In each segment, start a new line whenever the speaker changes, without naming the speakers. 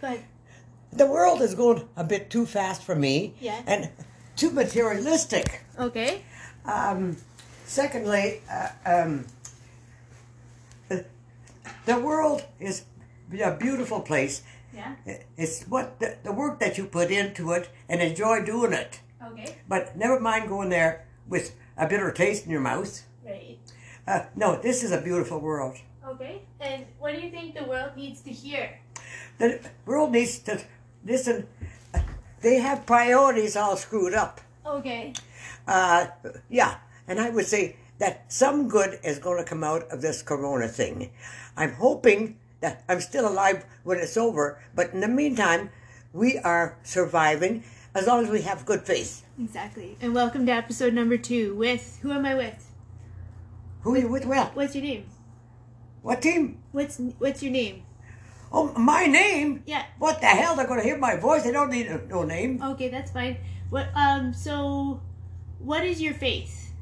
Good.
The world is going a bit too fast for me.
Yes.
And too materialistic.
Okay.
Um, secondly, uh, um, the, the world is a beautiful place.
Yeah.
It's what the, the work that you put into it and enjoy doing it.
Okay.
But never mind going there with a bitter taste in your mouth.
Right.
Uh, no, this is a beautiful world.
Okay. And what do you think the world needs to hear?
The world needs to listen. They have priorities all screwed up.
Okay.
Uh, yeah, and I would say that some good is going to come out of this corona thing. I'm hoping that I'm still alive when it's over, but in the meantime, we are surviving as long as we have good faith.
Exactly. And welcome to episode number two with who am I with?
Who are you with? Well,
What's your name?
what team?
What's what's your name?
Oh, my name?
Yeah.
What the hell? They're going to hear my voice. They don't need a- no name.
Okay, that's fine. What um so what is your faith?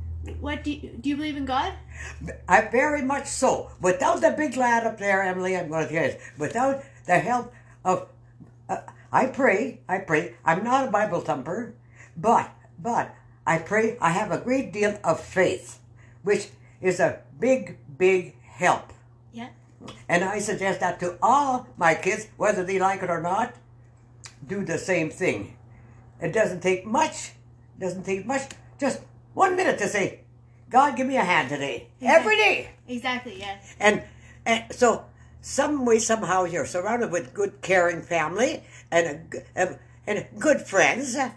What do you, do you believe in God?
I very much so. Without the big lad up there, Emily, I'm going to tell you, this, without the help of, uh, I pray, I pray. I'm not a Bible thumper, but but I pray. I have a great deal of faith, which is a big big help.
Yeah.
And I suggest that to all my kids, whether they like it or not, do the same thing. It doesn't take much. Doesn't take much. Just one minute to say, God, give me a hand today. Every day.
Exactly, yeah.
And, and so, some way, somehow, you're surrounded with good, caring family and a g- and, and good friends,
Yeah.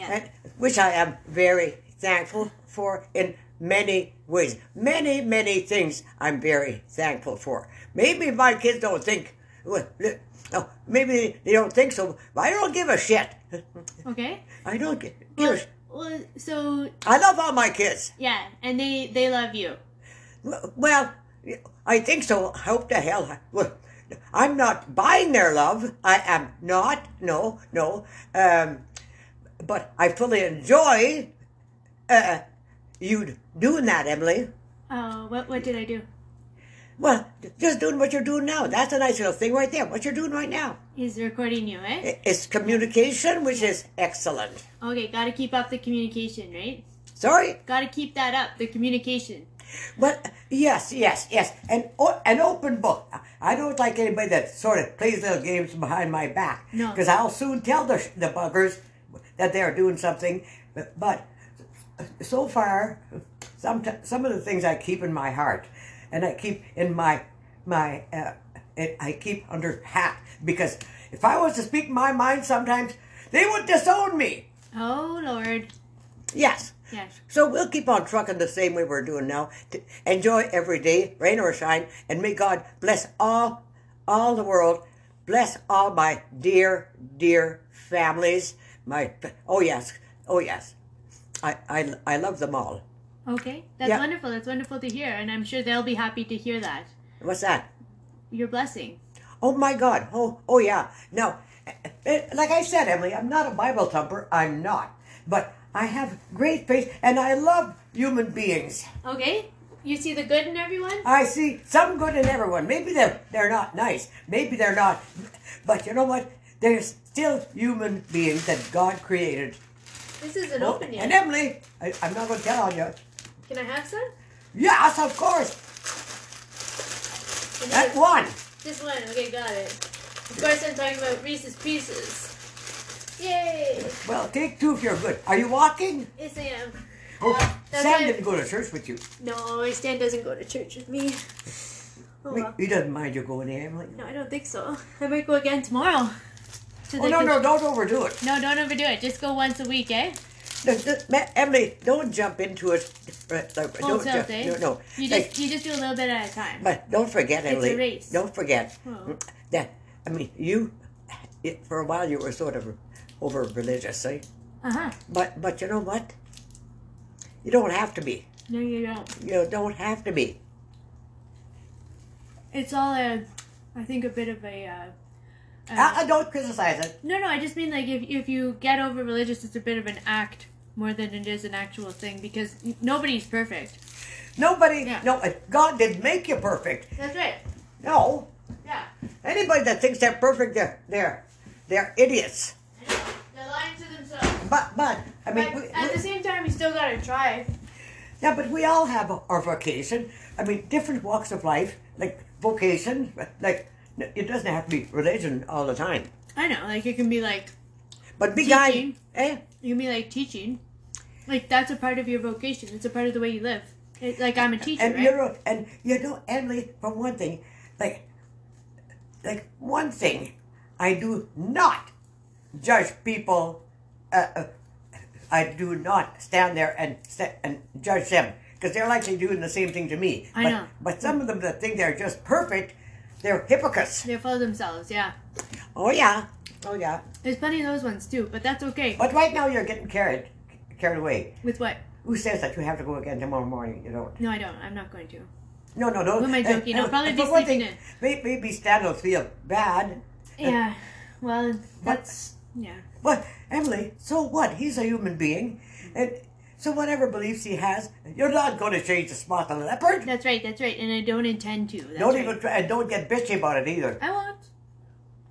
and, which I am very thankful for in many ways. Many, many things I'm very thankful for. Maybe my kids don't think, well, li- oh, maybe they don't think so. But I don't give a shit.
Okay.
I don't gi- give a
Well,
sh-
well, so
I love all my kids.
yeah, and they they love you.
W- Well, I think so. Hope to hell. I- Well, I'm not buying their love. I am not. No, no. Um, but I fully enjoy uh, you doing that, Emily.
Uh, what what did I do?
Well, just doing what you're doing now. That's a nice little thing right there. What you're doing right now.
Is recording you, eh?
I- It's communication, which is excellent.
Okay, gotta keep up the communication, right?
Sorry?
Gotta keep that up, the communication.
Well, yes, yes, yes. An, o- an open book. I don't like anybody that sort of plays little games behind my back.
No.
Because I'll soon tell the, sh- the buggers that they are doing something. But, but so far, some, some of the things I keep in my heart and I keep in my, my, uh, it, I keep under hat because if I was to speak my mind sometimes, they would disown me.
Oh Lord.
Yes.
Yes.
So we'll keep on trucking the same way we're doing now. T- Enjoy every day, rain or shine, and may God bless all, all the world. Bless all my dear, dear families. My oh yes, oh yes, I I, I love them all.
Okay. That's
Yeah.
wonderful. That's wonderful to hear, and I'm sure they'll be happy to hear that.
What's that?
Your blessing.
Oh my God! Oh oh yeah. Now, eh, eh, like I said, Emily, I'm not a Bible thumper. I'm not, but I have great faith, and I love human beings.
Okay? You see the good in everyone?
I see some good in everyone. Maybe they're they're not nice. Maybe they're not. But you know what? They're still human beings that God created.
This isn't open
And
yet.
Emily, I, I'm not going to tell on you.
Can I have some?
Yes, of course.
Can I-
That one.
This one. Okay, got it. Of course, I'm talking about Reese's Pieces. Yay!
Well, take two if you're good. Are you walking?
Yes, I am.
Oh,
that's
Sam
right.
didn't go to church with you.
No, Stan doesn't go to church with me. Oh, well.
He doesn't mind you going, eh, Emily.
No, I don't think so. I might go again tomorrow. To
Oh, no, no, don't overdo it.
No, don't overdo it. Just go once a week, eh?
No, just- Ma- Emily, don't jump into it. Uh, Don't
Full
jump.
tilt, eh?
No, no.
You
Like,
just you just do a little bit at a time.
But don't forget,
It's a
Emily.
race.
Don't forget
Oh.
that. I mean, you it, for a while you were sort of over religious, eh?
Uh huh.
But but you know what? You don't have to be.
No, you don't.
You don't have to be.
It's all a, I think a bit of a. Uh, uh,
I, I don't criticize it.
No, no, I just mean like if if you get over religious, it's a bit of an act more than it is an actual thing because n- nobody's perfect.
Nobody.
Yeah.
No, uh, God didn't make you perfect.
That's right.
No,
Yeah.
Anybody that thinks they're perfect, they're they're, they're idiots.
They're lying to themselves.
But but I mean,
But
we,
at
we-
the same time, you still gotta try.
yeah, but we all have our vocation. I mean, different walks of life, like vocation, like it doesn't have to be religion all the time.
I know, like it can be like
But be
Teaching.
guided, eh?
you can be like teaching. Like that's a part of your vocation. It's a part of the way you live. It, like I'm a teacher,
and
right?
you know, and you know, Emily, from one thing, like, like one thing, I do not judge people. Uh, uh, I do not stand there and sta- and judge them because they're likely doing the same thing to me.
I
but,
know.
But some of them that think they're just perfect, they're hypocrites.
They're full of themselves. Yeah.
Oh yeah, oh yeah.
There's plenty of those ones too, but that's okay.
But right now you're getting carried carried away.
With what?
Who says that you have to go again tomorrow morning? You don't.
No, I don't. I'm not going to.
No, no, no. Eh,
Who am I joking? I'll probably be
for one
sleeping
thing, may- Maybe Stan will feel bad.
Yeah. Well, that's yeah.
But Emily, so what? He's a human being, and so whatever beliefs he has, you're not going to change the spot on a leopard.
That's right. That's right. And I don't intend to. That's
don't
right.
even try, and don't get bitchy about it either.
I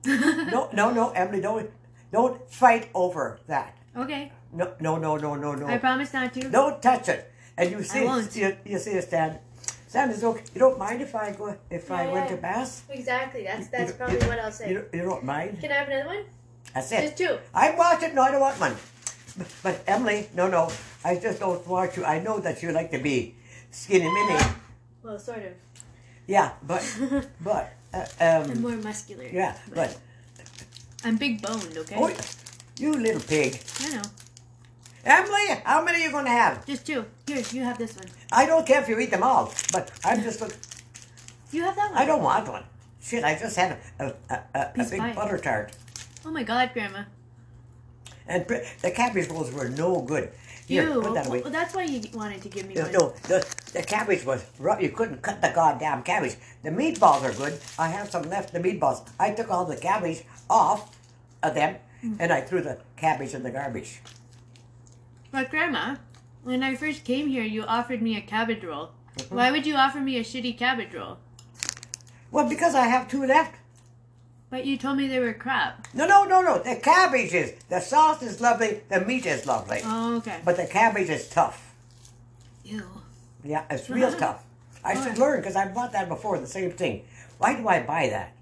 won't.
No, no, no, Emily, don't don't fight over that.
Okay.
No, no, no, no, no,
I
no.
promise not to.
Don't touch it. And you see,
won't.
you, you see, Stan. Stan is okay. You don't mind if I go if I
Yeah,
went
yeah.
to mass.
Exactly. That's
that's probably
what I'll
You, don't- you don't mind.
Can I have another one?
That's it.
two.
I watch it. No, I don't want one. But, but Emily, no, no, I just don't want you. I know that you like to be skinny mini.
Well, sort of.
Yeah, but but uh, um,
more muscular.
yeah, but
I'm big boned. Okay.
oh, you little pig,
I know.
Emily. How many are you gonna have?
Just two. Here, you have this one.
I don't care if you eat them all, but I'm just. look-
You have that one.
I don't want one. Shit, I just had a a, a, a, a
Piece of
big
pie.
butter tart,
Oh my God, Grandma.
and pre- the cabbage rolls were no good. Here,
you.
put that away.
Well, that's why you wanted to give me
No,
one.
no, the, the cabbage was rough. You couldn't cut the goddamn cabbage. The meatballs are good. I have some left, the meatballs. I took all the cabbage off of them and I threw the cabbage in the garbage.
But Grandma, when I first came here, you offered me a cabbage roll.
Mm-hmm.
Why would you offer me a shitty cabbage roll?
Well, because I have two left.
But you told me they were crap.
No, no, no, no. The cabbage is, the sauce is lovely, the meat is lovely.
Oh, okay.
But the cabbage is tough.
Ew.
Yeah, it's real tough. I should learn because I bought that before, the same thing. Why do I buy that?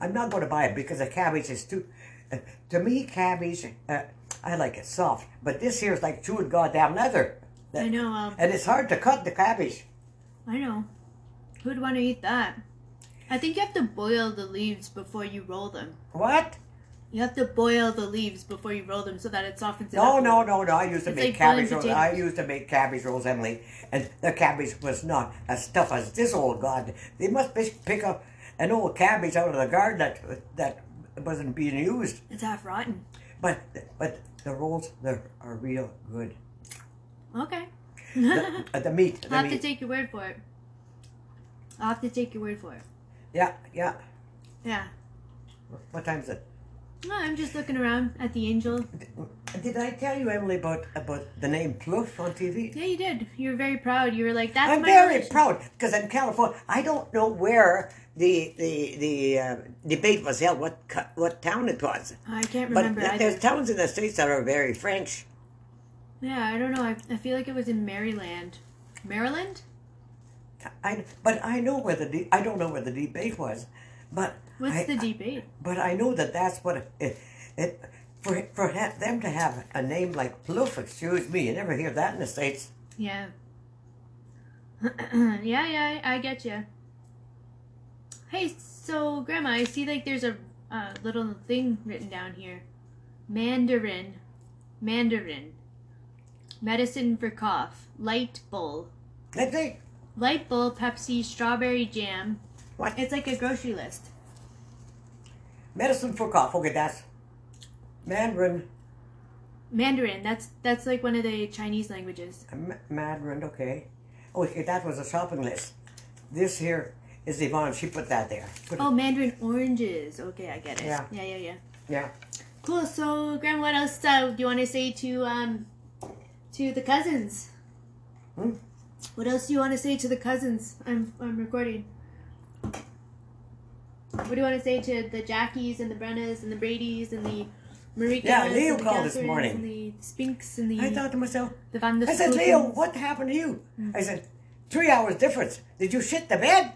I'm not going to buy it because the cabbage is too. Uh, to me, cabbage, uh, I like it soft, but this here is like chewing goddamn leather.
I know. Um,
And it's hard to cut the cabbage.
I know. Who'd want to eat that? I think you have to boil the leaves before you roll them.
What?
You have to boil the leaves before you roll them so that it softens it
No,
up.
no, no, no. I used to
It's
make
like
cabbage
boiled
rolls. I used to make cabbage rolls, Emily, and the cabbage was not as tough as this old god. They must be- pick up an old cabbage out of the garden that that wasn't being used.
It's half rotten.
But but the rolls there are real good.
Okay.
The, uh, the meat, the
I'll have to
meat.
take your word for it. I'll have to take your word for it.
yeah, yeah.
Yeah.
What time is it?
No, I'm just looking around at the angel.
Did I tell you, Emily, about about the name Plouffe on TV?
Yeah, you did. You were very proud. You were like, "That's
I'm
my
very
religion."
proud because in California, I don't know where the the the uh, debate was held, what co- what town it was.
I can't
But
remember either.
there's towns in the states that are very French.
Yeah, I don't know. I, I feel like it was in Maryland. Maryland?
I but I know where the de- I don't know where the debate was, but
What's
I,
the debate?
But I know that that's what it, it for for ha- them to have a name like Plouffe. Excuse me, you never hear that in the states.
Yeah. yeah, yeah, I, I get you. Hey, so Grandma, I see like there's a uh, little thing written down here. Mandarin, Mandarin, medicine for cough, light bowl,
Let's see.
light bowl, Pepsi, strawberry jam.
What?
It's like a grocery list.
Medicine for cough. Okay, that's Mandarin.
Mandarin. That's that's like one of the Chinese languages.
Ma- Mandarin. Okay. Oh, okay, that was a shopping list. This here is Yvonne. She put that there. Put it-
Oh, Mandarin oranges. Okay, I get it.
Yeah.
yeah, yeah. yeah.
yeah.
Cool. So, Grandma, what else uh, do you want to say to um to the cousins?
Hmm?
What else do you want to say to the cousins? I'm I'm recording. What do you want to say to the Jackies and the Brennas and the Bradys and the Marika?
Yeah, Leo
and the
called this
Catherines
morning.
And the Spinks and the
I thought to myself,
the Van der
I said,
Scootens.
Leo, what happened to you? I said, three hours difference. Did you shit the bed?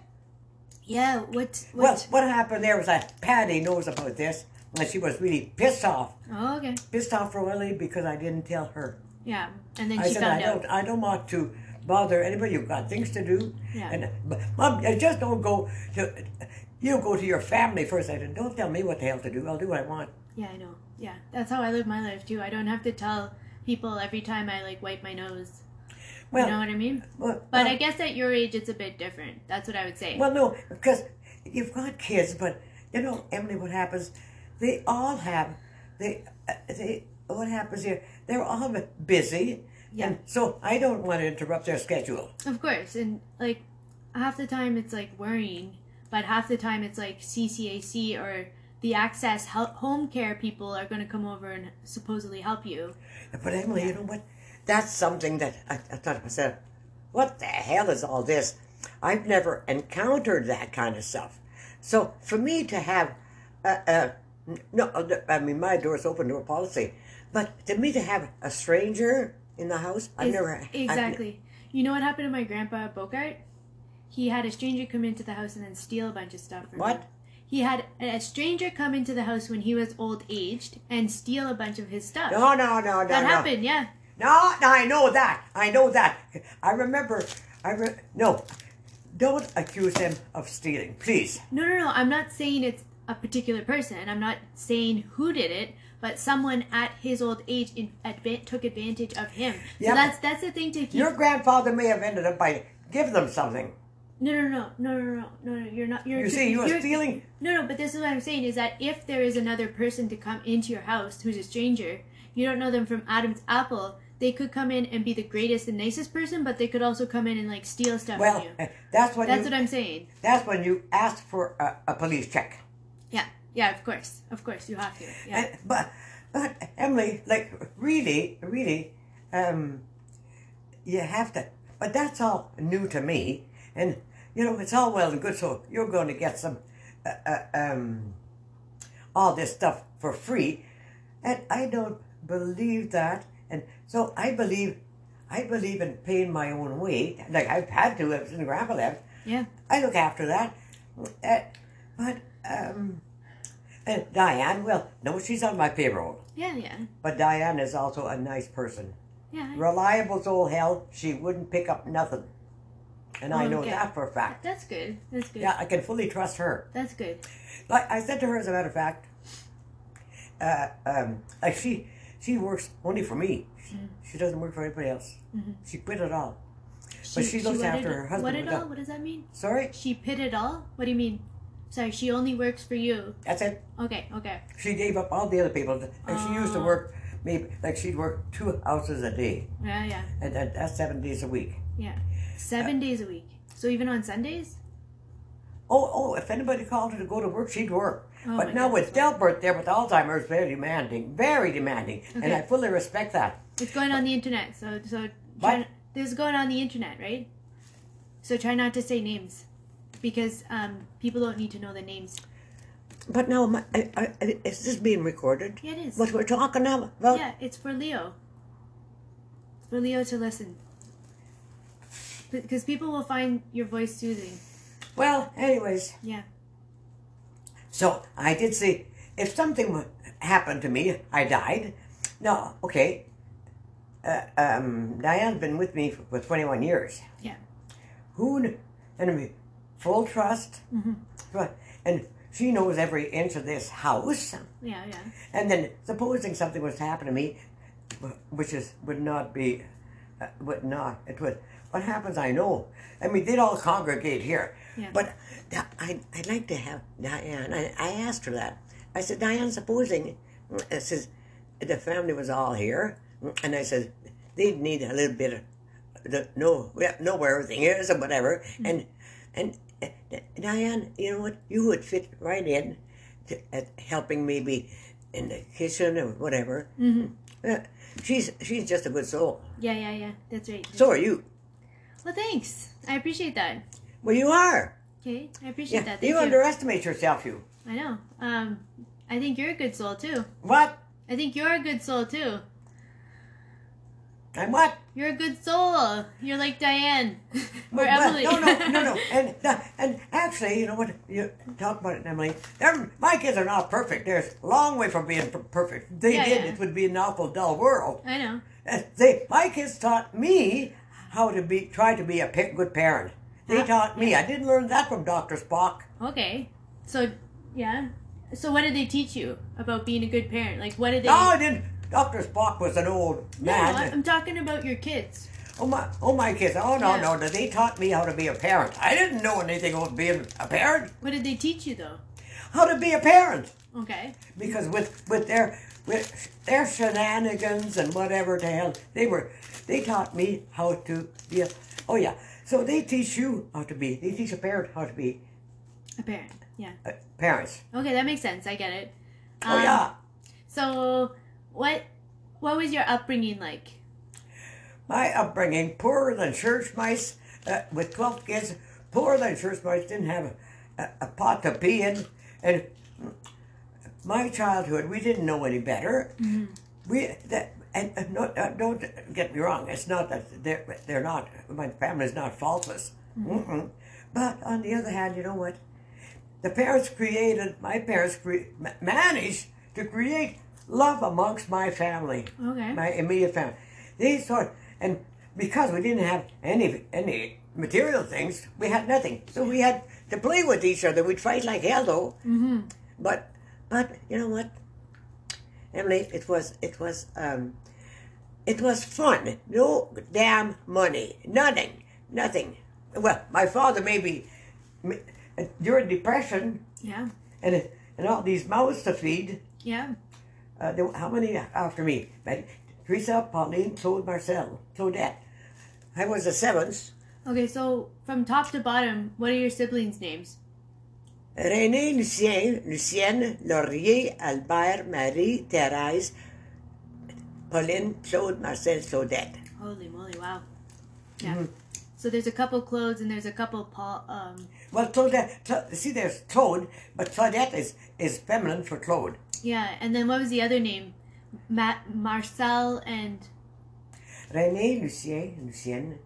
Yeah, what?
Well,
What?
what happened there was that Patty knows about this, and she was really pissed off.
oh, okay.
Pissed off really because I didn't tell her.
Yeah, and then
I
she
said,
found
I
out.
don't, I don't want to bother anybody. You've got things to do.
Yeah.
And but, mom, I just don't go to. You go to your family first. I said, don't tell me what the hell to do. I'll do what I want.
Yeah, I know. Yeah, that's how I live my life too. I don't have to tell people every time I like wipe my nose.
Well,
you know what I mean?
well,
But
well,
I guess at your age, it's a bit different. That's what I would say.
Well, no, because you've got kids, but you know, Emily, what happens? They all have. They, uh, they. What happens here? They're all busy,
Yeah.
and so I don't want to interrupt their schedule.
Of course, and like half the time it's like worrying, but half the time it's like CCAC or the Access hel- Home Care people are going to come over and supposedly help you.
But Emily, you know what? That's something that I, I thought to myself, what the hell is all this? I've never encountered that kind of stuff. So for me to have, uh, uh, n- no, uh, I mean my door's open to a policy, but to me to have a stranger in the house, I've
Is-
never I've-
exactly. you know what happened to my grandpa Bogart? He had a stranger come into the house and then steal a bunch of stuff. From
What?
Him. He had a stranger come into the house when he was old aged and steal a bunch of his stuff.
no, no, no, no,
that
no.
happened, yeah.
No, no, I know that. I know that. I remember. I re- no. Don't accuse him of stealing, please.
No, no, no. I'm not saying it's a particular person. I'm not saying who did it, but someone at his old age in, adva- took advantage of him.
Yeah,
so that's that's the thing to keep.
Your grandfather may have ended up by give them something.
No, no, no, no, no, no, no, no. You're not. You're
You see, you are stealing.
No, no. But this is what I'm saying is that if there is another person to come into your house who's a stranger, you don't know them from Adam's apple. They could come in and be the greatest and nicest person, but they could also come in and like steal stuff
Well,
from you.
that's when
That's
you,
what I'm saying.
that's when you ask for a, a police check.
Yeah, yeah. Of course, of course, you have to. Yeah.
And, Uh, but but Emily, like really, really, um, you have to. But that's all new to me, and you know it's all well and good. So you're going to get some, uh, uh, um, all this stuff for free, and I don't believe that. And so I believe, I believe in paying my own way. Like I've had to ever since Grandpa left.
yeah.
I look after that. Uh, but, um, and Diane, well, no, she's on my payroll.
Yeah, yeah,
But Diane is also a nice person.
yeah. I-
Reliable as all hell, she wouldn't pick up nothing. And I know
Okay.
that for a fact.
That's good. That's good.
Yeah, I can fully trust her.
That's good.
Like I said to her, as a matter of fact, uh, um, like she she works only for me. She, she doesn't work for anybody else. She quit it all. But she looks
what
after
did-
her husband
What
with
at
that.
all? What does that mean?
Sorry,
She pit it all? What do you mean? Sorry, she only works for you.
that's it.
Okay, okay.
She gave up all the other people, and she used to
Oh.
work maybe like she'd work two houses a day,
Yeah, yeah,
and that, that's seven days a week.
yeah. Seven days a week. So even on Sundays?
Oh, oh! If anybody called her to go to work, she'd work.
Oh my
but now
God.
with Delbert there with Alzheimer's, very demanding, very demanding, and
Okay.
I fully respect that.
It's going on the internet. So, so
What?
try, this is going on the internet, right? So try not to say names because um, people don't need to know the names.
But now, my, I, I, I- is this being recorded?
Yeah, it is.
What we're talking now about?
Yeah, it's for Leo. It's for Leo to listen. Because people will find your voice soothing.
Well, anyways,
Yeah.
so I did see if something wa- happened to me, I died. No, okay. Uh, um, Diane's been with me for, for 21 years.
Yeah.
who kn- and we full trust Right. and she knows every inch of this house
Yeah, yeah.
and then supposing something was to happen to me wh- which is would not be uh, would not it would what happens i know i mean they'd all congregate here
Yeah.
but Di- I, i'd like to have diane I, I asked her that i said diane supposing mm, it says the family was all here mm, and i said they'd need a little bit of the, know, yeah, know where everything is and whatever
Mm-hmm.
and and uh, Di- diane you know what you would fit right in to, at helping maybe in the kitchen or whatever Yeah, she's she's just a good soul
Mm-hmm. Yeah, yeah, yeah. That's right.
so are you
well, thanks. I appreciate that.
well you are
Okay, I appreciate
Yeah,
that. Thank
you
you.
underestimate yourself, you.
I know. Um, I think you're a good soul too.
What?
I think you're a good soul too.
And what?
You're a good soul. You're like Diane or
Well,
Emily.
No, no, no, no. And no, and actually, you know what? You talk about it, Emily. They're, my kids are not perfect. They're a long way from being per- perfect. If They
Yeah,
did.
yeah.
It would be an awful dull world.
I know.
And They, my kids taught me how to be, try to be a pa- good parent. They
Yeah.
taught me. I didn't learn that from Doctor Spock.
Okay. So, yeah. So, what did they teach you about being a good parent? Like, what did they?
No, I didn't. Doctor Spock was an old
No,
man.
I- I'm talking about your kids.
Oh my, oh my kids! Oh no,
Yeah.
no, no! They taught me how to be a parent. I didn't know anything about being a parent.
What did they teach you though?
How to be a parent?
Okay.
Because with with their with their shenanigans and whatever the hell they were, they taught me how to be. a... Oh yeah. So they teach you how to be. They teach a parent how to be
A parent. Yeah.
uh, parents.
Okay, that makes sense. I get it.
Oh
Um,
yeah.
So, what what was your upbringing like?
My upbringing, poorer than church mice, uh, with 12 kids, poorer than church mice, didn't have a, a, a pot to pee in. And my childhood, we didn't know any better. We that, and uh, no, uh, don't get me wrong, it's not that they're, they're not, my family's not faultless. Mm-mm. But on the other hand, you know what? The parents created, my parents cre- ma- managed to create love amongst my family
Okay.
my immediate family. They sort and because we didn't have any any material things, we had nothing. So we had to play with each other. We'd fight like hell though.
Mm-hmm.
But but you know what? Emily, it was it was um it was fun. No damn money. Nothing. Nothing. Well, my father maybe m- during depression
Yeah.
and and all these mouths to feed
Yeah.
uh, there, how many after me? Betty, Teresa, Pauline, Claude, Marcel, Claudette. I was the seventh.
Okay, so from top to bottom, what are your siblings' names?
René, Lucien, Lucienne, Laurier, Albert, Marie, Thérèse, Pauline, Claude, Marcel, Claudette.
Holy moly! Wow. Yeah.
Mm-hmm.
So there's a couple Claudes and there's a couple Paul. Um.
Well, Claudette, Cla- see, there's Claude, but Claudette is, is feminine for Claude.
Yeah, and then what was the other name? Matt, Marcel, and
René, Lucien, Lucienne.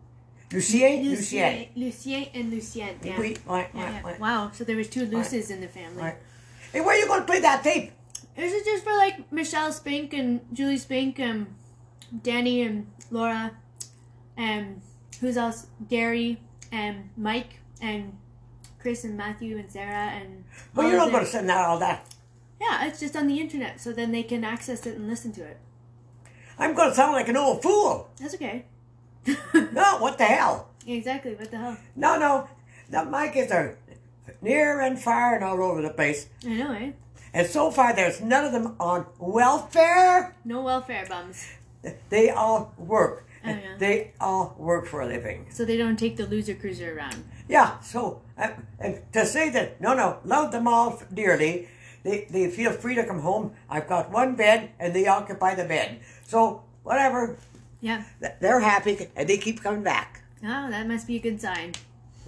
Lucien, Lucien.
Lucien and Lucien. Yeah.
We, my,
Yeah,
my,
yeah.
my,
Wow. So there was two Luces in the family.
my. Hey, where are you going to play that tape?
This is just for like Michelle Spink and Julie Spink and Danny and Laura and who's else? Gary and Mike and Chris and Matthew and Sarah and.
Well, Oh, you're
all
not
of
going to
them.
send out all that.
Yeah, it's just on the internet, so then they can access it and listen to it.
I'm going to sound like an old fool.
That's okay.
No, what the hell?
exactly. What the hell?
No, no. no my kids are near and far and all over the place.
I know, eh?
And so far, there's none of them on welfare.
No welfare bums,
They all work.
Oh, yeah.
They all work for a living.
so they don't take the loser cruiser around.
Yeah, so uh, and to say that, no, no, love them all dearly. They, they feel free to come home. I've got one bed and they occupy the bed. So, whatever.
Yeah.
Th- They're happy and they keep coming back.
Oh, that must be a good sign.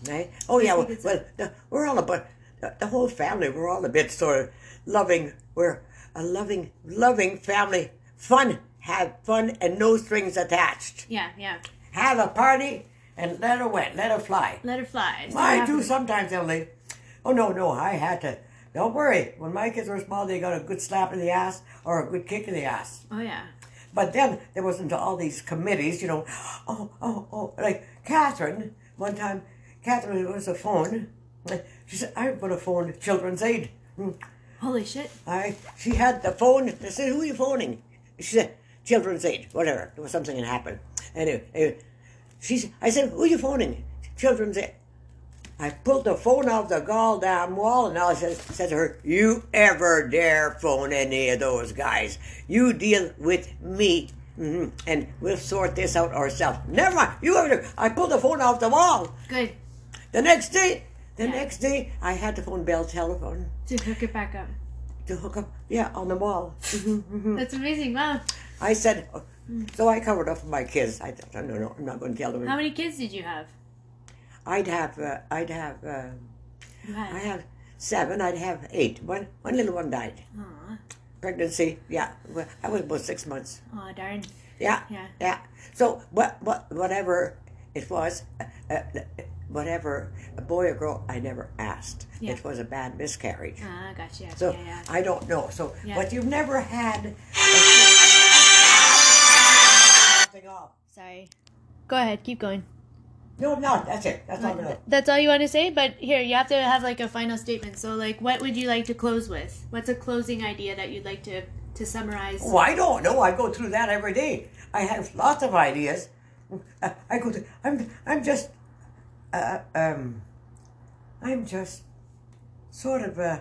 Right? Oh yeah.
we
Well,
could
well the, we're all about the, the whole family. We're all a bit sort of loving. We're a loving, loving family. Fun, have fun, and no strings attached.
Yeah, yeah.
Have a party and let her wet, let her fly.
Let her fly. See what
I do
happens.
sometimes, Emily. Oh no, no, I had to. Don't worry. When my kids were small, they got a good slap in the ass or a good kick in the ass.
Oh yeah.
But then there wasn't all these committees, you know. Oh, oh, oh. Like Catherine, one time, Catherine was a phone. She said, I'm going to phone Children's Aid.
Holy shit.
I, she had the phone. I said, Who are you phoning? She said, Children's Aid, whatever. There was something that happened. Anyway, anyway she, said- I said, Who are you phoning? Children's Aid. I pulled the phone off the goddamn wall and I said, said to her, You ever dare phone any of those guys? You deal with me. hmm And we'll sort this out ourselves. Never mind. You ever do. I pulled the phone off the wall.
Good.
The next day, the
Yeah.
next day, I had to phone Bell Telephone
To hook it back up.
to hook up. Yeah, on the wall. Mm.
That's amazing. Wow.
I said, so I covered up for my kids. I thought, no, no, I'm not going to tell them.
How many kids did you have?
I'd have, uh, I'd have uh,
You
I
had.
have seven, I'd have eight. One, one little one died.
Aw.
Pregnancy, yeah. Well, I was about six months.
Aw, darn.
Yeah,
Yeah.
yeah. So what, what, whatever it was, uh, uh, whatever a boy or girl, I never asked.
Yeah.
It was a bad miscarriage.
Ah, gotcha. Yeah,
So
yeah, yeah.
I don't know. So,
Yeah.
but you've never had. Something off.
Sorry. Go ahead. Keep going.
No, no, that's it. That's all I know.
That's all you want to say, but here you have to have like a final statement. So, like, what would you like to close with? What's a closing idea that you'd like to to summarize?
Oh, I don't know. I go through that every day. I have lots of ideas. Uh, I go. To, I'm. I'm just. Uh, um. I'm just sort of uh,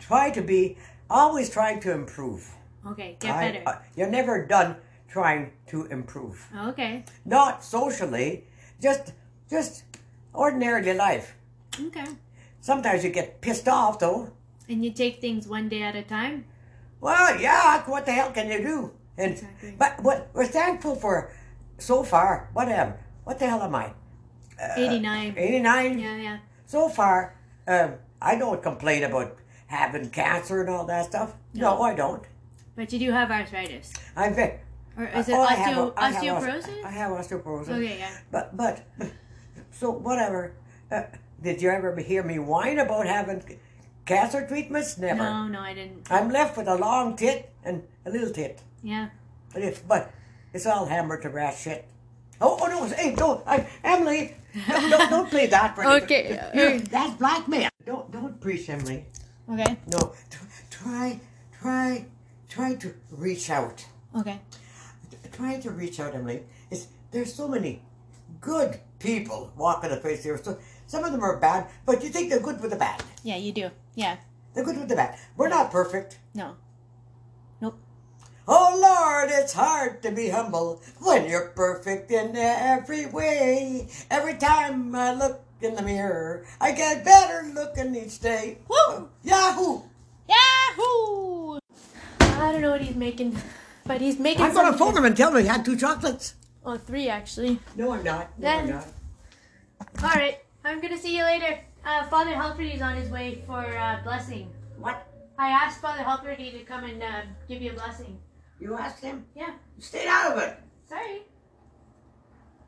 try to be always trying to improve.
Okay, get
I-
better.
uh, you're never done trying to improve.
okay,
Not socially, just just ordinarily life.
okay.
Sometimes you get pissed off though.
And you take things one day at a time.
Well, yeah, what the hell can you do? And
Exactly.
but what we're thankful for so far, whatever. What the hell am I?
Eighty nine.
Eighty nine.
Yeah, yeah.
So far, um, I don't complain about having cancer and all that stuff. No,
No.
I don't.
But you do have arthritis,
I'm ve-
or is it
Oh, I have
osteo-
a- I have os-
osteoporosis?
I have osteoporosis.
Okay, yeah.
But but so whatever. Uh, did you ever hear me whine about having c- cancer treatments? Never.
No, no, I didn't.
I'm left with a long tit and a little tit.
Yeah.
But it's but it's all hammered to rat shit. Oh, oh no! Hey, no, I, Emily, don't, don't, don't play that for me.
Okay,
You-
okay.
that's blackmail. Don't don't preach, Emily.
Okay.
No, T- try try try to reach out.
Okay.
Try to reach out, Emily. It's, there's so many good people walking the face here. So some of them are bad, but you think they're good with the bad.
Yeah, you do. Yeah.
They're good with the bad. We're not perfect.
No.
Oh Lord, it's hard to be humble when you're perfect in every way. Every time I look in the mirror, I get better looking each day.
Woo!
Yahoo!
Yahoo! I don't know what he's making, but he's making.
I'm gonna
something.
phone him and tell him he had two chocolates.
Oh, three actually.
No, I'm not. No, I'm
Then-
not.
All right. I'm gonna see you later. Uh, Father Helfrey is on his way for uh, blessing.
What?
I asked Father Helfrey to come and uh, give you a blessing.
You asked him?
Yeah.
Stay out of it.
Sorry.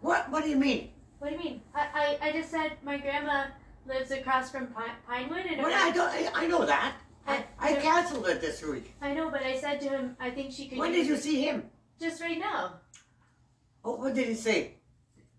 What? What do you mean?
What do you mean? I, I, I just said my grandma lives across from Pine, Pinewood, and
Well, I don't. I, I know that. I, I canceled it this week.
I know, but I said to him, I think she could.
When
use
did you
it
see him?
Just right now.
Oh, what did he say?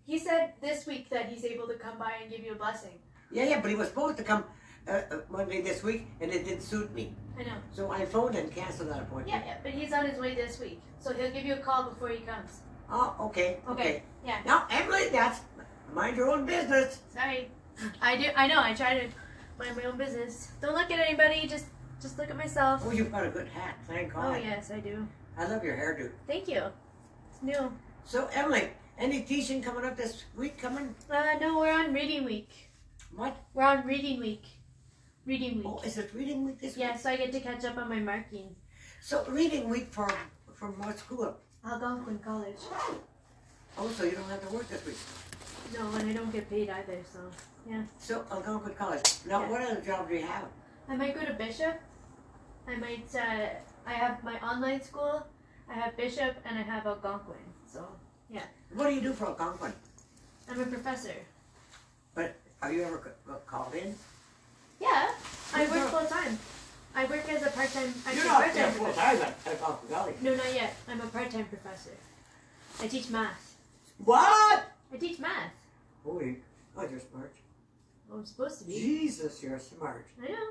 He said this week that he's able to come by and give you a blessing.
Yeah, yeah, but he was supposed to come uh, uh, one day this week, and it didn't suit me.
I know.
So I phoned and canceled that appointment.
Yeah, yeah, but he's on his way this week, so he'll give you a call before he comes.
Oh, okay, okay.
Yeah.
Now, Emily, that's mind your own business.
Sorry. I do. I know. I try to mind my own business. Don't look at anybody. Just just look at myself.
Oh, you've got a good hat. Thank
Oh
God.
yes, I do.
I love your hairdo.
Thank you. It's new.
So, Emily, any teaching coming up this week? Coming?
Uh, no, we're on reading week.
What?
We're on reading week. Reading week.
Oh, is it reading week this
Yeah,
week?
so I get to catch up on my marking.
So, reading week for from what school?
Algonquin College.
Oh, so you don't have to work this week.
No, and I don't get paid either, so yeah.
So, Algonquin College. Now,
Yeah.
what other job do you have?
I might go to Bishop. I might. Uh, I have my online school. I have Bishop, and I have Algonquin. So
What do you do for Algonquin?
I'm a professor.
But are you ever c- uh, called in?
Yeah, I
You're
work
not-
full time. I work as a part time. I'm
You're
a
not
part
there
time
full
professor.
time at at Algonquin College.
No, not yet. I'm a part time professor. I teach math.
What?
I teach math.
Oh, you, oh, you're smart.
Well, I'm supposed to be.
Jesus, you're smart.
I know.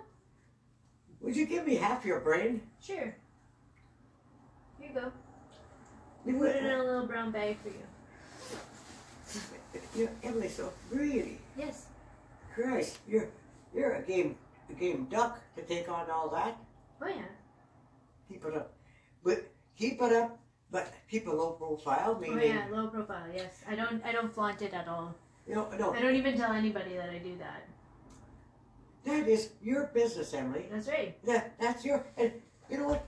Would you give me half your brain?
Sure. Here you go. We
You
put it in
would.
a little brown bag for you.
You, Emily, so really,
Yes.
Christ, you're you're a game a game duck to take on all that.
Oh yeah.
Keep it up, but keep it up, but keep a low profile. Meaning,
Oh yeah, low profile. Yes, I don't. I don't flaunt it at all.
you know, no,
I don't even tell anybody that I do that.
that is your business, Emily.
That's right.
That that's your. And you know what?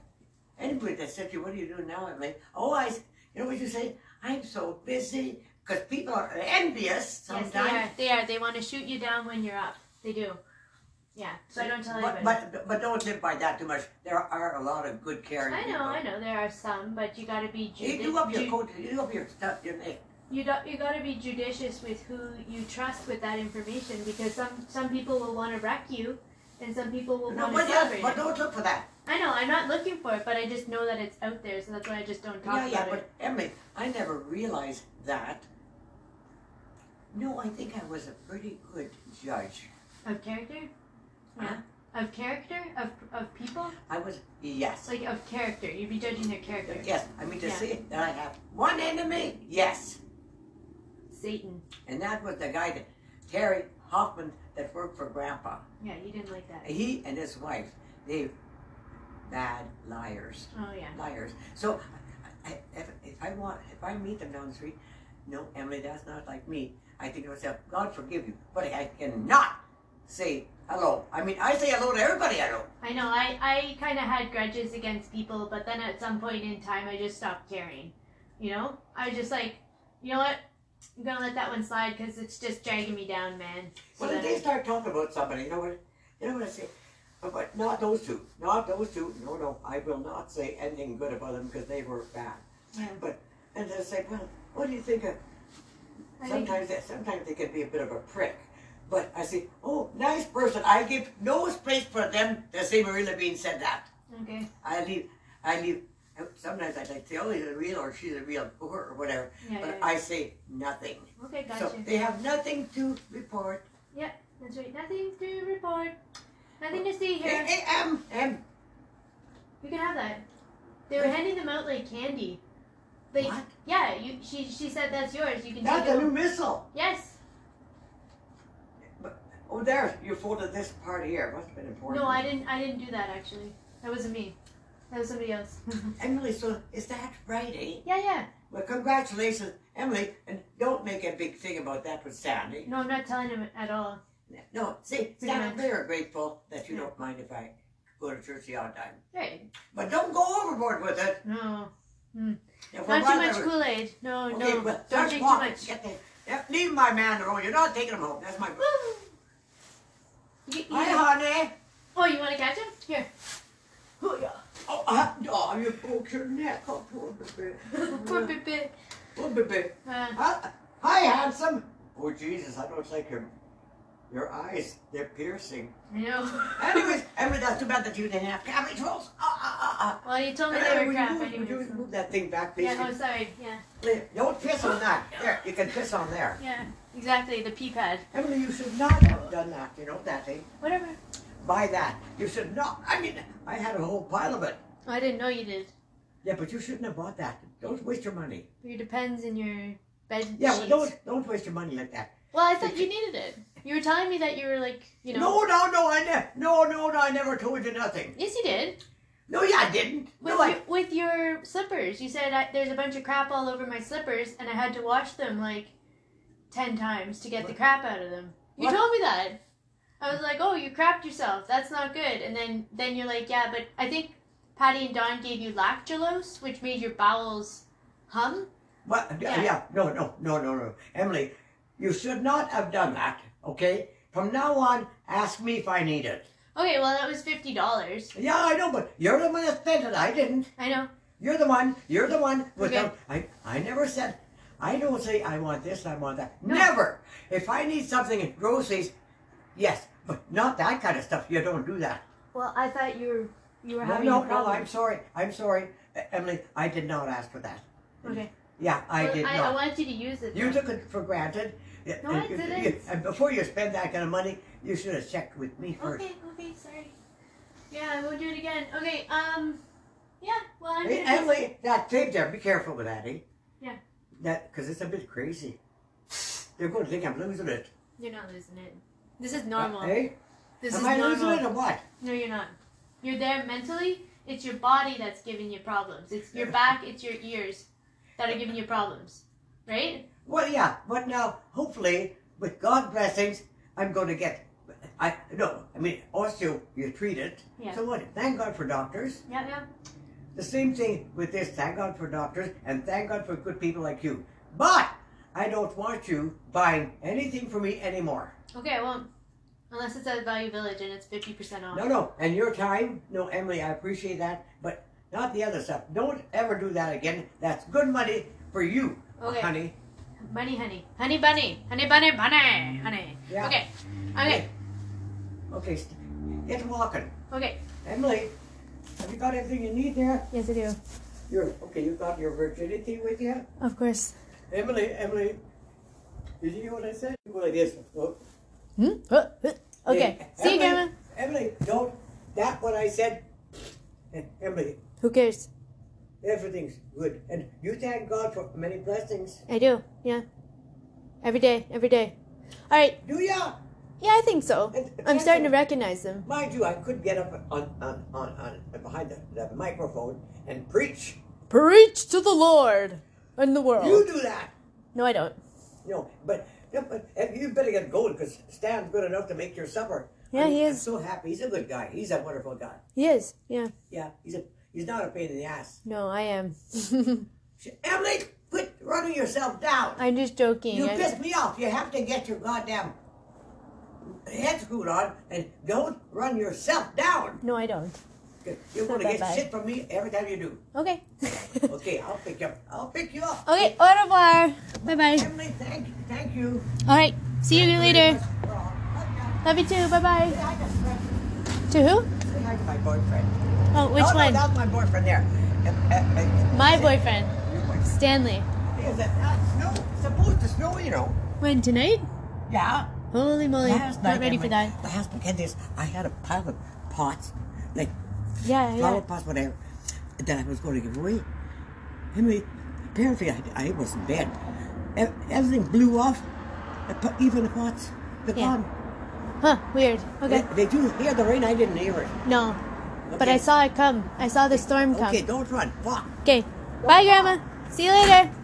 Anybody that said to you, "What are you doing now, Emily?" Oh, I. You know what you say? I'm so busy because people are envious
Yes,
sometimes.
they are. They are. They want to shoot you down when you're up. They do. Yeah, so I don't tell
But,
anybody.
but but don't live by that too much. There are a lot of good caring.
I know,
people.
I know. There are some, but you gotta be
You
judicious.
do up your coat. You do up your stuff. Your neck.
You don't, you gotta be judicious with who you trust with that information because some some people will want to wreck you, and some people will
No,
want
but,
to
yeah,
celebrate
but
it.
don't look for that.
I know. I'm not looking for it, but I just know that it's out there, so that's why I just don't talk
yeah, yeah.
about it.
But Emily, I never realized that. No, I think I was a pretty good judge.
Of character? Yeah. Of character? Of of people?
I was yes,
Like of character. You'd be judging their character.
yes. I mean to
Yeah.
see that I have one enemy. Yes.
Satan.
And that was the guy that Terry Hoffman that worked for Grandpa.
Yeah, you didn't like that.
He and his wife, they bad liars.
Oh yeah.
Liars. So I, I- if, if I want if I meet them down the street, no, Emily, that's not like me. I think to myself, God forgive you, but I cannot say hello. I mean I say hello to everybody I know.
I know. I I kind of had grudges against people, but then at some point in time, I just stopped caring. You know, I was just like, you know what? I'm gonna let that one slide because it's just dragging me down, man. So
Well, if
then
they start talking about somebody, you know what? You know what I say? Uh, But not those two. Not those two. No, no. I will not say anything good about them because they were bad.
Yeah.
But and they'll say, well, what do you think of?
I think-
Sometimes that sometimes they can be a bit of a prick. But I say, oh, nice person. I give no space for them to say Marie Levine said that.
okay.
I leave. I leave. Sometimes I like say, oh, he's a real or she's a real poor or whatever.
Yeah.
but
yeah,
I say nothing.
yeah. Okay, gotcha.
So they have nothing to report.
That's right. Nothing to report. Nothing to see here.
Hey, hey, um, um,
You can have that. They were handing them out like candy. Like,
What?
Yeah, you, she she said that's yours. You can
That's
take
a
it.
new
home."
missile.
Yes.
Oh, there, you folded this part here. Must have been important.
No, I didn't. I didn't do that actually. That wasn't me. That was somebody else.
Emily, so is that right, eh?
yeah, yeah.
Well, congratulations, Emily, and don't make a big thing about that with Sandy.
No, I'm not telling him at all.
No, see,
Pretty
Sandy,
much.
I'm very grateful that you
Yeah.
don't mind if I go to church the odd time.
Right.
But don't go overboard with it.
No.
If we're
Not too much
bothered-
Kool Aid. No,
Okay,
no.
well,
Don't
start
drink too
walking.
much.
Get the- Yep, leave my man alone. You're not taking him home. That's my.
You- you-
Hi, honey.
oh, you want to catch him? Here. Hoo-yah.
Oh, uh, oh, you broke your neck. Oh, poor baby.
Poor Bibi.
Poor baby.
Uh,
Uh, hi, handsome. Oh, Jesus, I don't like your your eyes. They're piercing.
I know.
Anyways, Emily, that's too bad that you didn't have cabbage rolls. Ah, ah, ah,
well, you
ah.
told me
Hey,
they were
would
crap
you- would
anyway.
you
so-
move that thing back, please?
Yeah, oh, sorry. Yeah,
Please, Don't piss on that. There, you can piss on there.
yeah. Exactly, the pee pad.
Emily, you should not have done that. You know that, eh?
Whatever.
Buy that. You should not. I mean, I had a whole pile of it.
Oh, I didn't know you did.
Yeah, but you shouldn't have bought that. Don't waste your money.
Your depends in your bed
Yeah, well,
sheets.
don't don't waste your money like that.
Well, I thought you needed it. You were telling me that you were like, you know.
No, no, no, I ne- no, no, no, I never told you nothing.
Yes, you did.
No, yeah, I didn't.
With,
No, I,
your, with your slippers, you said I, there's a bunch of crap all over my slippers, and I had to wash them like ten times to get the crap out of them. You
What?
told me that. I was like, oh, you crapped yourself. That's not good. And then then you're like, yeah, but I think Patty and Don gave you lactulose, which made your bowels hum.
What?
Yeah.
Yeah. No, no, no, no, no. Emily, you should not have done that. Okay. From now on, ask me if I need it.
Okay, well that was fifty dollars.
Yeah, I know, but you're the one that spent it. I didn't.
I know.
You're the one. You're the one. With
Okay.
the, I, I never said. I don't say I want this. I want that.
No.
Never. If I need something in groceries, yes, but not that kind of stuff. You don't do that.
Well, I thought you were you were
No,
having
no,
a
no.
problem.
I'm sorry. I'm sorry, E- Emily. I did not ask for that.
Okay.
Yeah, I
Well,
did
I,
not.
I wanted you to use it.
You
though.
took it for granted.
No, I
And-
didn't.
And before you spend that kind of money, you should have checked with me first.
Okay, okay, sorry. Yeah, I won't do it again. Okay, um, yeah. Well, I'm
Hey,
gonna just-
Emily, that tape there, be careful with that, eh?
Yeah.
That, because it's a bit crazy. They're going to think I'm losing it. Uh, eh?
You're not losing it. This is normal.
Hey,
This
am
is
I
normal.
losing it or what?
No, you're not. You're there mentally. It's your body that's giving you problems. It's your back. It's your ears that are giving you problems, right?
Well, yeah, but now, hopefully, with God's blessings, I'm going to get. I no, I mean osteo. You treat it.
Yeah.
So what? Thank God for doctors.
Yeah, yeah.
The same thing with this. Thank God for doctors and thank God for good people like you. But I don't want you buying anything for me anymore.
Okay, I won't. Unless it's at Value Village and it's 50% off.
No, no. And your time, no, Emily, I appreciate that, but not the other stuff. Don't ever do that again. That's good money for you,
Okay.
honey.
Bunny, honey. Honey, bunny. Honey, bunny, bunny. Honey.
Mm. Yeah.
Okay. Okay.
Okay, st- get walking.
Okay.
Emily, have you got everything you need there?
Yes, I do.
You're, okay, you got your virginity with you?
Of course.
Emily, Emily, did you hear what I said? You go like this. Oh,
Hmm? Uh, uh, Okay.
hey,
See you,
Emily,
Grandma.
Emily, don't. That what I said. And Emily,
Who cares?
everything's good, and you thank God for many blessings.
I do. Yeah. Every day. Every day. All right.
Do ya?
Yeah, I think so.
And-
I'm starting to recognize them.
Mind you, I could get up on on on, on behind the, the microphone and preach.
Preach to the Lord and the world.
You do that.
No, I don't.
No, but, no, but and you better get going because Stan's good enough to make your supper.
Yeah,
I'm,
he
I'm
is.
so happy. He's a good guy. He's a wonderful guy.
He is. Yeah.
Yeah, he's a he's not a pain in the ass.
No, I am.
Sh- Emily, quit running yourself down.
I'm just joking.
You
I-
pissed me off. You have to get your goddamn head screwed on and don't run yourself down.
No, I don't.
You're going to get
Bye-bye.
shit from me every time you do.
Okay.
Okay, I'll pick you up. I'll pick you up.
okay, au revoir. Bye bye.
Emily, thank you. Thank you.
All right. See you
very
later.
much for all. Okay.
Love you too. Bye
Say
bye.
hi to Fred.
To who?
Say hi to my boyfriend.
Oh, which
no,
one?
No, that's my boyfriend there. Uh, uh, uh,
My boyfriend,
your boyfriend.
Stanley.
Is it not snow? It's supposed to snow, you know.
When tonight?
Yeah.
Holy moly! Not ready for
Emily,
that.
Last weekend, this I had a pile of pots, like
Oh, Yeah, yeah.
flower pots, whatever, that I was going to give away. Emily, apparently I, I was in bed. E- Everything blew off, the po- even the pots, the
Yeah.
bomb.
Huh? Weird. Okay.
They- Did you hear the rain? I didn't hear it.
No. But
Okay.
I saw it come. I saw the storm come.
Okay, don't run. Fuck.
Okay. Bye, Grandma. See you later.